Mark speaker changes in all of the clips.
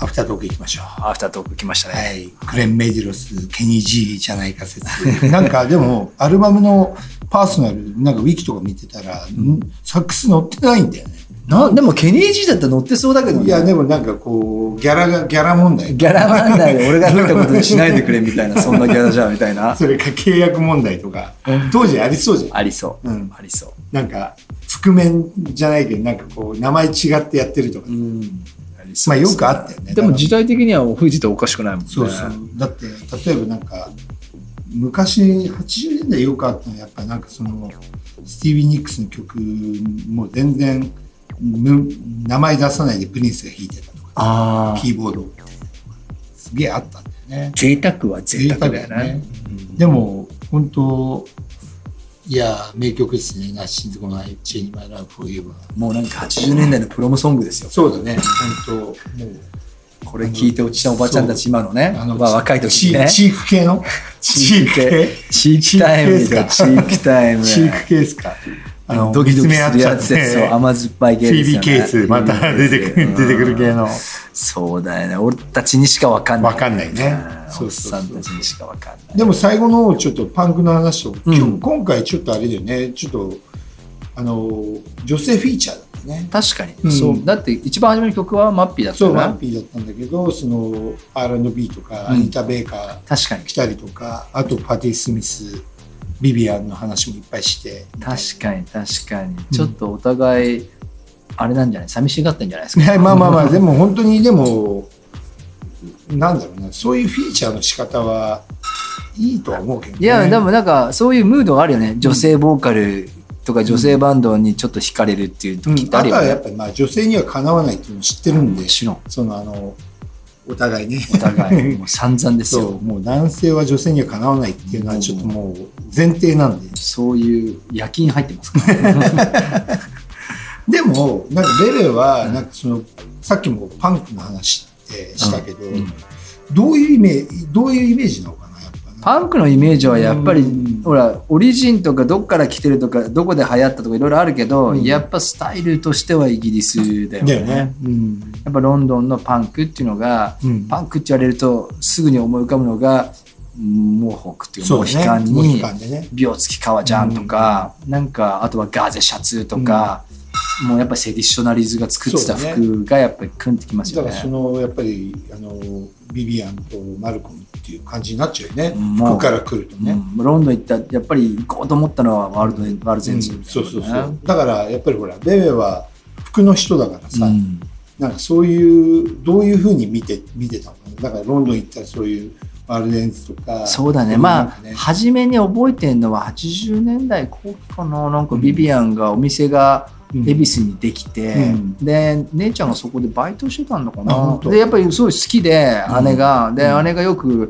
Speaker 1: アフタートーク行きましょう。
Speaker 2: アフタートーク来ましたね。
Speaker 1: はい。クレン・メディロス、ケニー・ジーじゃないか説。なんかでも、アルバムのパーソナル、なんかウィキとか見てたら、んサックス乗ってないんだよね。
Speaker 2: なでもケニー G だったら乗ってそうだけどね
Speaker 1: いや、でもなんかこう、ギャラが、ギャラ問題。
Speaker 2: ギャラ問題で俺が入ったことにしないでくれみたいな、そんなギャラじゃみたい な。
Speaker 1: それか契約問題とか、当時ありそうじゃん。
Speaker 2: ありそう。
Speaker 1: うん
Speaker 2: ありそう。
Speaker 1: なんか、覆面じゃないけど、なんかこう、名前違ってやってるとか。
Speaker 2: ありそ
Speaker 1: ま
Speaker 2: う
Speaker 1: あよくあったよね。
Speaker 3: でも
Speaker 1: だから
Speaker 3: 時代的には富士とおかしくないもんね。
Speaker 1: そうそう。だって、例えばなんか、昔、80年代よくあったのは、やっぱなんかその、スティービー・ニックスの曲も全然、む名前出さないでプリンスが弾いてたとか、
Speaker 2: ああ。
Speaker 1: キーボードみたいなのがすげえあったんだよね。
Speaker 2: 贅沢は贅沢だよ
Speaker 1: 贅沢だよ
Speaker 2: ね
Speaker 1: ね。でも、本当いや、名曲ですね。ナッシンズ・ゴナイ・チェンジ・マイ・ラブ・フォー・ユーバー。
Speaker 2: もうなんか80年代のプロムソングですよ。
Speaker 1: そうだね、本当もう、
Speaker 2: これ聞いて落ちたおばちゃんたち、今のね、まあ若い時
Speaker 1: チ
Speaker 2: にね。
Speaker 1: チーク系の
Speaker 2: チーク系チークタイムですよ、チ
Speaker 1: チ
Speaker 2: ークタイム。
Speaker 1: チーク系ですか。あの、
Speaker 2: ドキドキするやつ
Speaker 1: 見つめ合っ
Speaker 2: です
Speaker 1: ち
Speaker 2: よ。
Speaker 1: ゃって。
Speaker 2: 甘酸っぱい系ですよ、ね。
Speaker 1: TB ケース、また出てくる、出てくる系の。
Speaker 2: そうだよね。俺たちにしかわかんない。
Speaker 1: わかんないね
Speaker 2: うん
Speaker 1: そうそうそう
Speaker 2: おっさんたちにしかわかんない。
Speaker 1: でも最後の方ちょっとパンクの話を、
Speaker 2: うん
Speaker 1: 今日今回ちょっとあれだよね、ちょっと、あの、女性フィーチャーだったね。
Speaker 2: 確かに、
Speaker 1: うん
Speaker 2: そう。だって一番初めの曲はマッピーだった
Speaker 1: そう、
Speaker 2: よ
Speaker 1: ワン
Speaker 2: な。
Speaker 1: ピーだったんだけど、その、R&B とか、
Speaker 2: う
Speaker 1: ア
Speaker 2: ん
Speaker 1: ニタ・ベーカー、
Speaker 2: 確かに。
Speaker 1: 来たりとか、あとパティ・スミス、ビビアンの話もいっぱいして。
Speaker 2: 確かに、確かに。ちょっとお互い、あれなんじゃない寂しがったんじゃないです
Speaker 1: い
Speaker 2: か。
Speaker 1: や まあまあまあ、でも本当にでも、なんだろうな、そういうフィーチャーの仕方はいいとは思うけど、ね。
Speaker 2: いや、でもなんか、そういうムードがあるよね。女性ボーカルとか女性バンドにちょっと惹かれるっていう
Speaker 1: うん、
Speaker 2: 時ってあ
Speaker 1: あ
Speaker 2: る
Speaker 1: と
Speaker 2: よ
Speaker 1: は
Speaker 2: ね。
Speaker 1: やっぱりまあ女性にはかなわないっていうのを知ってるんで、
Speaker 2: もちろん。
Speaker 1: そのあの、お互い ね。
Speaker 2: お互い、もう散々です
Speaker 1: そ
Speaker 2: よ。
Speaker 1: う、もう男性は女性にはかなわないっていうのはちょっともう前提なんで。
Speaker 2: そういう夜勤入ってますから、
Speaker 1: でも、なんかベレは、なんかその、さっきもパンクの話ってしたけど、どういうイメージ、どういうイメージなのかな、やっぱな。
Speaker 2: パンクのイメージはやっぱり
Speaker 1: うん
Speaker 2: ほらオリジンとかどっから来てるとかどこで流行ったとかいろいろあるけど、
Speaker 1: うん
Speaker 2: やっぱスタイルとしてはイギリスだよね
Speaker 1: だよね。うん。
Speaker 2: やっぱロンドンのパンクっていうのが、
Speaker 1: うん
Speaker 2: パンクって言われるとすぐに思い浮かぶのがモーホークっていう
Speaker 1: そ
Speaker 2: モ
Speaker 1: う
Speaker 2: ヒ
Speaker 1: ね。
Speaker 2: カン
Speaker 1: モヒ
Speaker 2: に
Speaker 1: カンでね。
Speaker 2: 美容付き革ジャンとか、なんかあとはガーゼシャツとか、もうやっぱセディショナリーズが作ってた
Speaker 1: そうだね
Speaker 2: 服がやっぱり組んできます
Speaker 1: だ
Speaker 2: よ
Speaker 1: か
Speaker 2: ね。
Speaker 1: らそのやっぱりあのビビアンとマルコムっていう感じになっちゃうよね、
Speaker 2: まあ
Speaker 1: 服から来るとね、
Speaker 2: うんロンドン行ったらやっぱり行こうと思ったのはワールドでワールド
Speaker 1: う
Speaker 2: エン
Speaker 1: ん
Speaker 2: ズみた
Speaker 1: そ
Speaker 2: いうなね
Speaker 1: そうそうだからやっぱりほらベベは服の人だからさ、
Speaker 2: うん
Speaker 1: なんかそういうどういうふうに見て見てたのかなだからロンドン行ったらそういうワールデンズとか
Speaker 2: そうだね
Speaker 1: な
Speaker 2: ま
Speaker 1: んか
Speaker 2: あ
Speaker 1: ね
Speaker 2: 初めに覚えてるのは80年代後期かななんかビビアンがお店が
Speaker 1: うん
Speaker 2: 恵比寿にできて、
Speaker 1: うん
Speaker 2: で姉ちゃんがそこでバイトしてたのか
Speaker 1: あ
Speaker 2: な
Speaker 1: 本当
Speaker 2: でやっぱりすごい好きで
Speaker 1: うん
Speaker 2: 姉が、で
Speaker 1: うん
Speaker 2: 姉がよく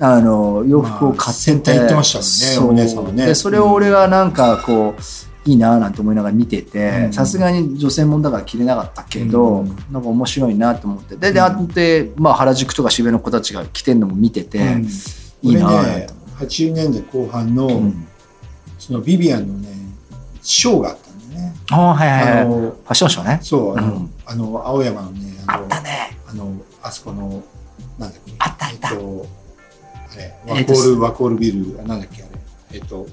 Speaker 2: あの洋服を買って
Speaker 1: まあ先
Speaker 2: て、
Speaker 1: 端行ってましたもんね
Speaker 2: そ
Speaker 1: お姉さ
Speaker 2: う
Speaker 1: んはね
Speaker 2: でそれを俺がなんかこういいなぁなんて思いながら見てて
Speaker 1: うん
Speaker 2: さすがに女性もんだから着れなかったけど、
Speaker 1: うん
Speaker 2: なんか面白いなと思ってでで、
Speaker 1: うん
Speaker 2: あって、まあ、原宿とか渋谷の子たちが着てんのも見てて、
Speaker 1: うん
Speaker 2: いいな
Speaker 1: 俺
Speaker 2: ぁなん
Speaker 1: ね
Speaker 2: て思って
Speaker 1: 80年代後半の、
Speaker 2: うん
Speaker 1: そのビビアンのねショーがあったんだよね、
Speaker 2: あはいはい
Speaker 1: あ
Speaker 2: はい。フ
Speaker 1: の
Speaker 2: ァッションショーね。
Speaker 1: そうあの,、
Speaker 2: うん
Speaker 1: あの青山のねあの
Speaker 2: ね。
Speaker 1: あの、あそこの、なんだっけ。
Speaker 2: あったあった
Speaker 1: えっと、あれ、
Speaker 2: え
Speaker 1: ワ
Speaker 2: っ
Speaker 1: コ
Speaker 2: と
Speaker 1: ール、ワコールビル、あなんだっけ、あれ。えっと、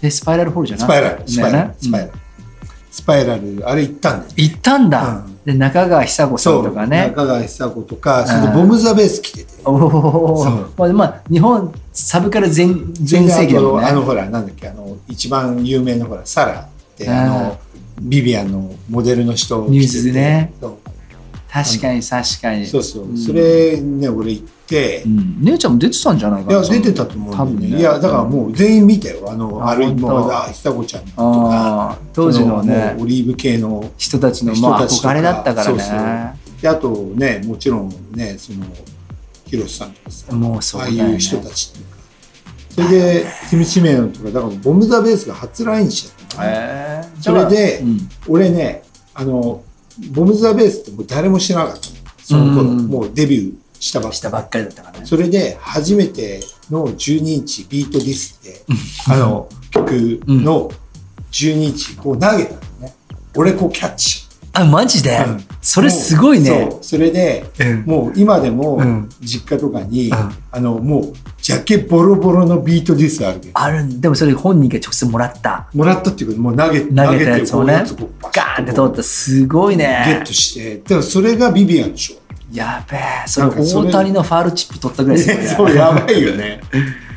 Speaker 2: で、スパイラルホールじゃない
Speaker 1: スパイラル、スパイラル、スパイラ
Speaker 2: ル。
Speaker 1: ル。スパイラル、あれ行ったんだよね。
Speaker 2: 行ったんだ
Speaker 1: うん。
Speaker 2: で、中川久子さんとかね。
Speaker 1: 中川久子とか、そ
Speaker 2: うん
Speaker 1: のボムザベース着てて。
Speaker 2: お
Speaker 1: そ
Speaker 2: お
Speaker 1: う。
Speaker 2: まあ、まあ、日本、サブから全、全盛期だもん
Speaker 1: あの、
Speaker 2: ね。
Speaker 1: ほら、なんだっけ、あの、一番有名なほら、サラって、あ
Speaker 2: う
Speaker 1: の、ビビアンのモデルの人を
Speaker 2: ニュー
Speaker 1: 着て
Speaker 2: ズ
Speaker 1: て
Speaker 2: でね
Speaker 1: そう
Speaker 2: 確かに、確かに。
Speaker 1: そうそうう。
Speaker 2: ん
Speaker 1: それね、俺行って
Speaker 2: う、ん姉ちゃんも出てたんじゃないか
Speaker 1: い
Speaker 2: な。
Speaker 1: や、出てたと思うんだよ
Speaker 2: 多
Speaker 1: ね
Speaker 2: 分ね
Speaker 1: いや、だからもう全員見たよ。あの、
Speaker 2: あ
Speaker 1: あれ、
Speaker 2: 本当
Speaker 1: もう、あ、久子ちゃんとか。
Speaker 2: ああ、当時の
Speaker 1: そ
Speaker 2: ね
Speaker 1: もう、オリーブ系の。
Speaker 2: 人たちの、まあ、
Speaker 1: 人たちとか
Speaker 2: 憧れだったから
Speaker 1: そう
Speaker 2: ね。
Speaker 1: で、あとね、もちろんね、その、ヒロシさんとかさ、
Speaker 2: もうそう
Speaker 1: ああ
Speaker 2: だ
Speaker 1: い
Speaker 2: よ
Speaker 1: う
Speaker 2: ね。
Speaker 1: 人たちっていうか。それで、ティム・シメンとか、だからボム・ザ・ベースが初来日だったのね、
Speaker 2: へえ
Speaker 1: それで
Speaker 2: うん
Speaker 1: 俺ね、あの、ボム・ザ・ベースってもう誰も知らなかったの。その頃、
Speaker 2: うん
Speaker 1: もうデビューしたばっ
Speaker 2: した
Speaker 1: か
Speaker 2: ばっかりだったからね。
Speaker 1: それで初めての12インチビートディスって、あの曲の12インチこう投げたのね。俺こうキャッチ。
Speaker 2: あ、マジで、
Speaker 1: うん
Speaker 2: それすごいね。
Speaker 1: そうそれで
Speaker 2: うん
Speaker 1: もう今でも
Speaker 2: うん
Speaker 1: 実家とかに、
Speaker 2: うん
Speaker 1: あのもうジャケボロボロのビートディスあるけど
Speaker 2: あるんでもそれ本人が直接もらった。
Speaker 1: もらったっていうこともう投げ
Speaker 2: 投げたやつをね
Speaker 1: 投げてこうやつをこう
Speaker 2: ガーンって通った。すごい
Speaker 1: ゲッ
Speaker 2: ね
Speaker 1: ト。してでもそれがビビアンでしょ
Speaker 2: やべえ。それ
Speaker 1: なんかそれ
Speaker 2: 大谷のファールチップ取ったぐらいすごいね
Speaker 1: そうやばいよね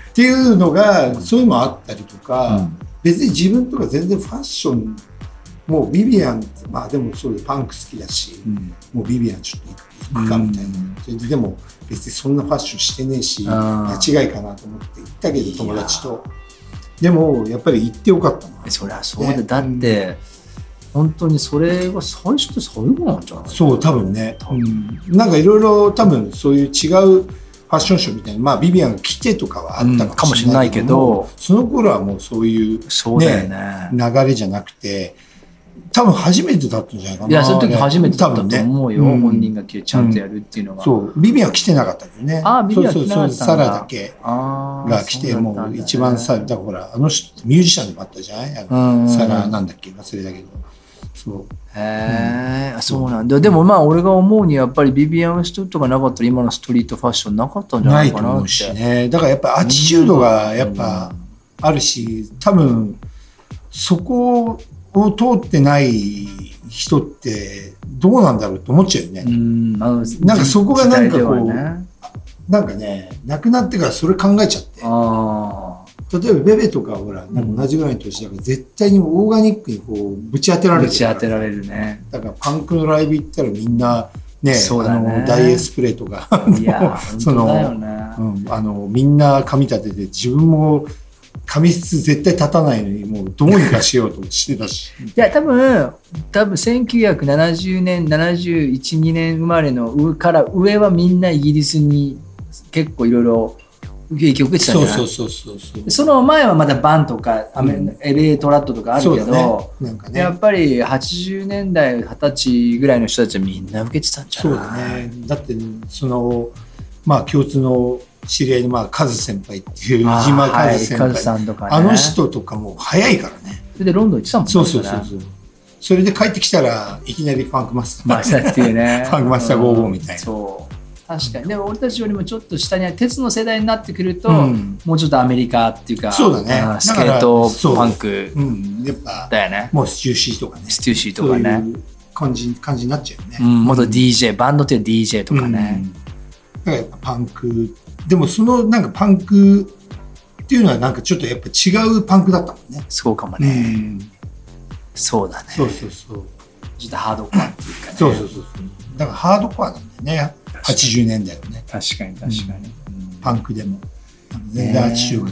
Speaker 1: っていうのがそういうのもあったりとか、別に自分とか全然ファッションもうビビアンまあでもそういうパンク好きだし、
Speaker 3: うん
Speaker 1: もうビビアンちょっと行くかみたいな、
Speaker 2: うん
Speaker 1: それででも別にそんなファッションしてねえし
Speaker 2: あ
Speaker 1: 間違いかなと思って行ったけど友達とでもやっぱり行ってよかったな
Speaker 2: そりゃそうだ、
Speaker 1: ね
Speaker 2: だって本当にそれが最初と最後なんじゃない
Speaker 1: そう多分ね、うん、なんかいろいろ多分そういう違うファッションショーみたいなまあビビアンが来てとかはあったかもしれないけど,、
Speaker 2: うんかもしれないけど
Speaker 1: その頃はもうそういう
Speaker 2: そうだよね
Speaker 1: 流れじゃなくて多分初めてだったんじゃないかない
Speaker 2: いやその時初めてだった
Speaker 1: 多
Speaker 2: と
Speaker 1: 分
Speaker 2: 思うよ、
Speaker 1: ねうん
Speaker 2: 本人がちゃんとやるっていうのが、
Speaker 1: そうビビアンは来てなかったよね
Speaker 2: あービビアン
Speaker 1: そうそう
Speaker 2: 来てなかったんだ
Speaker 1: そうサラだけ
Speaker 2: あー
Speaker 1: が来て
Speaker 2: そうだったんだ
Speaker 1: も
Speaker 2: ね
Speaker 1: う一番さだからほらあの人ってミュージシャンでもあったじゃないあ
Speaker 2: う
Speaker 1: の
Speaker 2: ん
Speaker 1: サラなんだっけ忘れたけどそう
Speaker 2: へえ、あそうなんだでもまあ俺が思うにやっぱりビビアン・ストットがなかったら今のストリートファッションなかったんじゃ
Speaker 1: な
Speaker 2: ない
Speaker 1: い
Speaker 2: か
Speaker 1: と
Speaker 2: な
Speaker 1: 思
Speaker 2: っ
Speaker 1: うしてね。だからやっぱアティチュードがやっぱあるし、多分そこを通ってない人ってどうなんだろうと思っちゃうよね。
Speaker 2: うんあの
Speaker 1: なんかそこがなんかこう
Speaker 2: 時代ではね
Speaker 1: なんかね、亡くなってからそれ考えちゃって。
Speaker 2: あ
Speaker 1: 例えばベベとかほら、なんか同じぐらいの年だから絶対にオーガニックにこうぶち当てら
Speaker 2: あ
Speaker 1: れて
Speaker 2: 打
Speaker 1: る
Speaker 2: ち
Speaker 1: から
Speaker 2: 当てられるね
Speaker 1: だからパンクのライブ行ったらみんなね、
Speaker 2: そうだね
Speaker 1: あのダイエースプレーとか、
Speaker 2: いや
Speaker 1: そ
Speaker 2: 本
Speaker 1: の
Speaker 2: 当だよね
Speaker 1: うん、あのみんな髪立てて自分も髪質絶対立たないのにもうどうにかしようとしてた し
Speaker 2: いや多分多分1970年712年生まれの上から上はみんなイギリスに結構いろいろ影響を受けてたんじゃない
Speaker 1: そうそうそうそう
Speaker 2: その前はまだバンとかアメ、
Speaker 1: うん
Speaker 2: LA トラットとかある
Speaker 1: そう
Speaker 2: け
Speaker 1: だ
Speaker 2: ど、
Speaker 1: ねなんか
Speaker 2: や
Speaker 1: ね
Speaker 2: っぱり80年代20歳ぐらいの人たちはみんな受けてたんじゃ
Speaker 1: そう
Speaker 2: ない
Speaker 1: だねだってそのまあ共通の知り合いのまあカズ先輩っていう
Speaker 2: あー
Speaker 1: 飯島カズ先
Speaker 2: はい、カズ
Speaker 1: 輩、
Speaker 2: さんとかね
Speaker 1: あの人とかもう早いからね
Speaker 2: それでロンドン行ってたもんね
Speaker 1: そうそうそ
Speaker 2: だ
Speaker 1: う
Speaker 2: から
Speaker 1: そうそれで帰ってきたらいきなりファンクマスタ
Speaker 2: マ
Speaker 1: ー
Speaker 2: スターっていうね
Speaker 1: ファンクマスター55みたいな
Speaker 2: うんそう確かにでも俺たちよりもちょっと下にある鉄の世代になってくると、
Speaker 1: うん
Speaker 2: もうちょっとアメリカっていうか
Speaker 1: そうだね
Speaker 2: あース
Speaker 1: だ
Speaker 2: ケ
Speaker 1: から
Speaker 2: ート
Speaker 1: そう
Speaker 2: パンク
Speaker 1: うんやっぱ
Speaker 2: だよね
Speaker 1: もうスチューシーとかね
Speaker 2: ステューシーと
Speaker 1: そう
Speaker 2: か
Speaker 1: い
Speaker 2: ね
Speaker 1: う感じ感じになっちゃうよね、
Speaker 2: うん、元 DJ バンドっていう DJ とかね、
Speaker 1: うん。だからやっぱパンク、でもそのなんかパンクっていうのはなんかちょっとやっぱ違うパンクだったもんね。
Speaker 2: そうかも
Speaker 1: う
Speaker 2: ね、
Speaker 1: ん、
Speaker 2: そうだね
Speaker 1: そうそうそう。
Speaker 2: ちょっとハードコアっていうかね
Speaker 1: そうそうそうそう。だからハードコアなんだよね。80年代はね。
Speaker 2: 確かに確
Speaker 1: か
Speaker 2: に、
Speaker 1: パンクでも。全然80が違うっていう。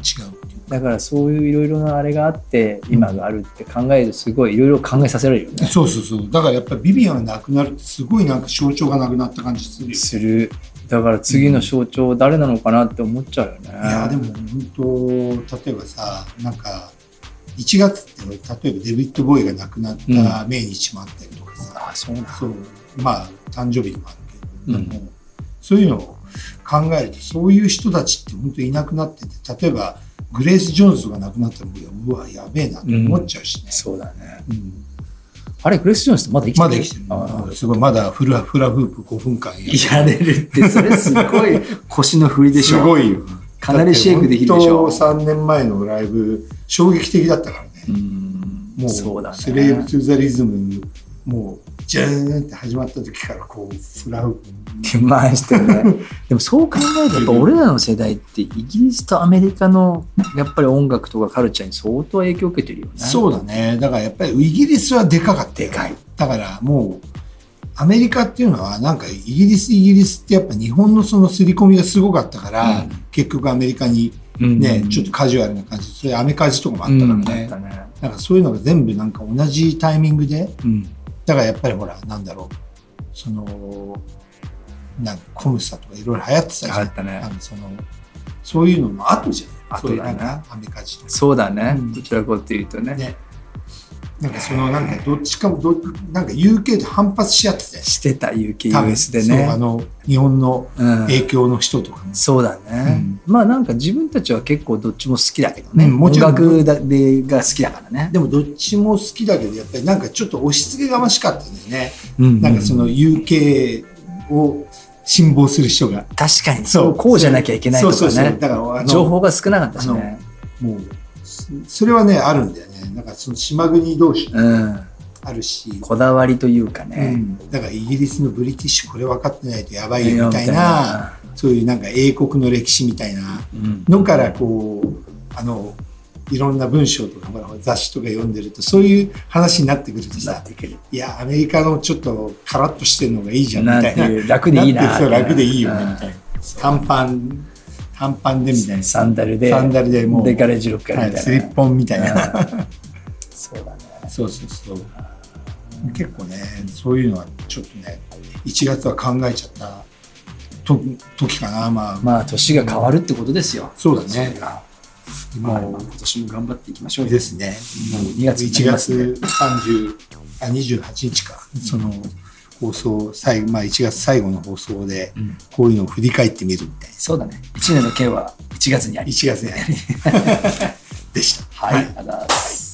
Speaker 2: だからそういういろいろなあれがあって今があるって考えるとすごいいろいろ考えさせられるよね
Speaker 1: そうそうそう。だからやっぱビビアンがなくなるってすごいなんか象徴がなくなった感じするよ。
Speaker 2: するだから次の象徴誰なのかなって思っちゃうよねい
Speaker 1: いやでも本当例えばさなんか1月って例えばデビッド・ボーイが亡くなった命日もあったりとかさ、
Speaker 2: あそうなん
Speaker 1: そうまあ誕生日でもあるけど、
Speaker 2: うん
Speaker 1: でもそういうのを考えるとそういう人たちって本当にいなくなってて例えばグレース・ジョーンズが亡くなったらうわやべえなと思っちゃうしね、
Speaker 2: そうだね
Speaker 1: うん
Speaker 2: あれグレース・ジョーンズってまだ生きてる
Speaker 1: まだ生きてる
Speaker 2: あ
Speaker 1: うんすごいまだフラフラフープ5分間やる
Speaker 2: やれるってそれすごい腰の振りでしょ
Speaker 1: すごいよ
Speaker 2: かなりシェイクできるでしょ
Speaker 1: 3年前のライブ衝撃的だったからね
Speaker 2: うん
Speaker 1: もう
Speaker 2: そうだね
Speaker 1: スレイブ・トゥ・ザ・リズムもうジャーンって始まった時からこうフラフープ
Speaker 2: ってましたね。でもそう考えるとやっぱ俺らの世代ってイギリスとアメリカのやっぱり音楽とかカルチャーに相当影響を受けてるよね。
Speaker 1: そうだね。だからやっぱりイギリスはでかかったよ
Speaker 2: でかい。
Speaker 1: だからもう、アメリカっていうのはなんかイギリス、イギリスってやっぱ日本のその刷り込みがすごかったから、
Speaker 2: うん
Speaker 1: 結局アメリカに
Speaker 2: うん
Speaker 1: ね、ちょっとカジュアルな感じ、それアメカジとかもあったからね。
Speaker 2: うんあったね
Speaker 1: なんかそういうのが全部なんか同じタイミングで、
Speaker 2: うん
Speaker 1: だからやっぱりほら、なんだろう、その、なんかコムサとかいろいろ流行ってたじゃ
Speaker 2: あ
Speaker 1: ん。
Speaker 2: ったね
Speaker 1: なんかその、そういうのも後じゃん。
Speaker 2: 後
Speaker 1: そういう
Speaker 2: だ
Speaker 1: な
Speaker 2: ね
Speaker 1: んかアメカジとか。
Speaker 2: そうだね、
Speaker 1: うん
Speaker 2: どちらかっていうとね
Speaker 1: ねなんかそのなんかどっちかもどなんか UK と反発し合ってたよ
Speaker 2: してた UKUS で
Speaker 1: そうあ
Speaker 2: ね
Speaker 1: の日本の
Speaker 2: うん
Speaker 1: 影響の人とかも、
Speaker 2: そうだね、
Speaker 1: うん
Speaker 2: まあなんか自分たちは結構どっちも好きだけどね、
Speaker 1: うんもちろん
Speaker 2: 音楽だでが好きだからね
Speaker 1: でもどっちも好きだけどやっぱりなんかちょっと押し付けがましかったんだよね、
Speaker 2: うん
Speaker 1: なんかその UK を辛抱する人が
Speaker 2: 確かに
Speaker 1: そ
Speaker 2: そううこうじゃなきゃいけないとかね
Speaker 1: そうそうそうだからあの
Speaker 2: 情報が少なかったしね
Speaker 1: もうそそれはねあるんだよねなんかその島国同士
Speaker 2: うん
Speaker 1: あるし、
Speaker 2: こだわりというか
Speaker 1: う
Speaker 2: ね、
Speaker 1: ん、だからイギリスのブリティッシュこれ分かってないとやば
Speaker 2: う
Speaker 1: いよみたいなそういうなんか英国の歴史みたいな
Speaker 2: うん
Speaker 1: のからこうあのいろんな文章とかほら雑誌とか読んでるとそういう話になってくると
Speaker 2: なっ
Speaker 1: さ
Speaker 2: てくる
Speaker 1: いやアメリカのちょっとカラッとしてるのがいいじゃんみ
Speaker 2: な
Speaker 1: た
Speaker 2: ん
Speaker 1: いな
Speaker 2: ていう楽でいいな
Speaker 1: なってそう楽でいいよ
Speaker 2: う
Speaker 1: ね
Speaker 2: ん
Speaker 1: みたいな短パン短パンでみたいな
Speaker 2: サンダルで
Speaker 1: サンダルでもう
Speaker 2: でガレージロッカ
Speaker 1: は
Speaker 2: ーみ
Speaker 1: い、
Speaker 2: たい
Speaker 1: ス
Speaker 2: な、
Speaker 1: リッポンみたいな
Speaker 2: うんそうだね
Speaker 1: そうそうそう結構ねそういうのはちょっとね1月は考えちゃったと時かなまあ、
Speaker 2: まあ年が変わるってことですよ、
Speaker 1: そうだね
Speaker 2: まあ、
Speaker 1: も
Speaker 2: 今年も頑張っていきましょうよ
Speaker 1: ですね。
Speaker 2: もう2月にな
Speaker 1: 1
Speaker 2: ります
Speaker 1: 月
Speaker 2: ね
Speaker 1: 30あ28日か、その放送最後、まあ、1月最後の放送で
Speaker 2: うん
Speaker 1: こういうのを振り返ってみるみたい
Speaker 2: そうだね1年の件は1月にあ
Speaker 1: な
Speaker 2: り
Speaker 1: 1月ねでした。
Speaker 2: はい、ありがとうございます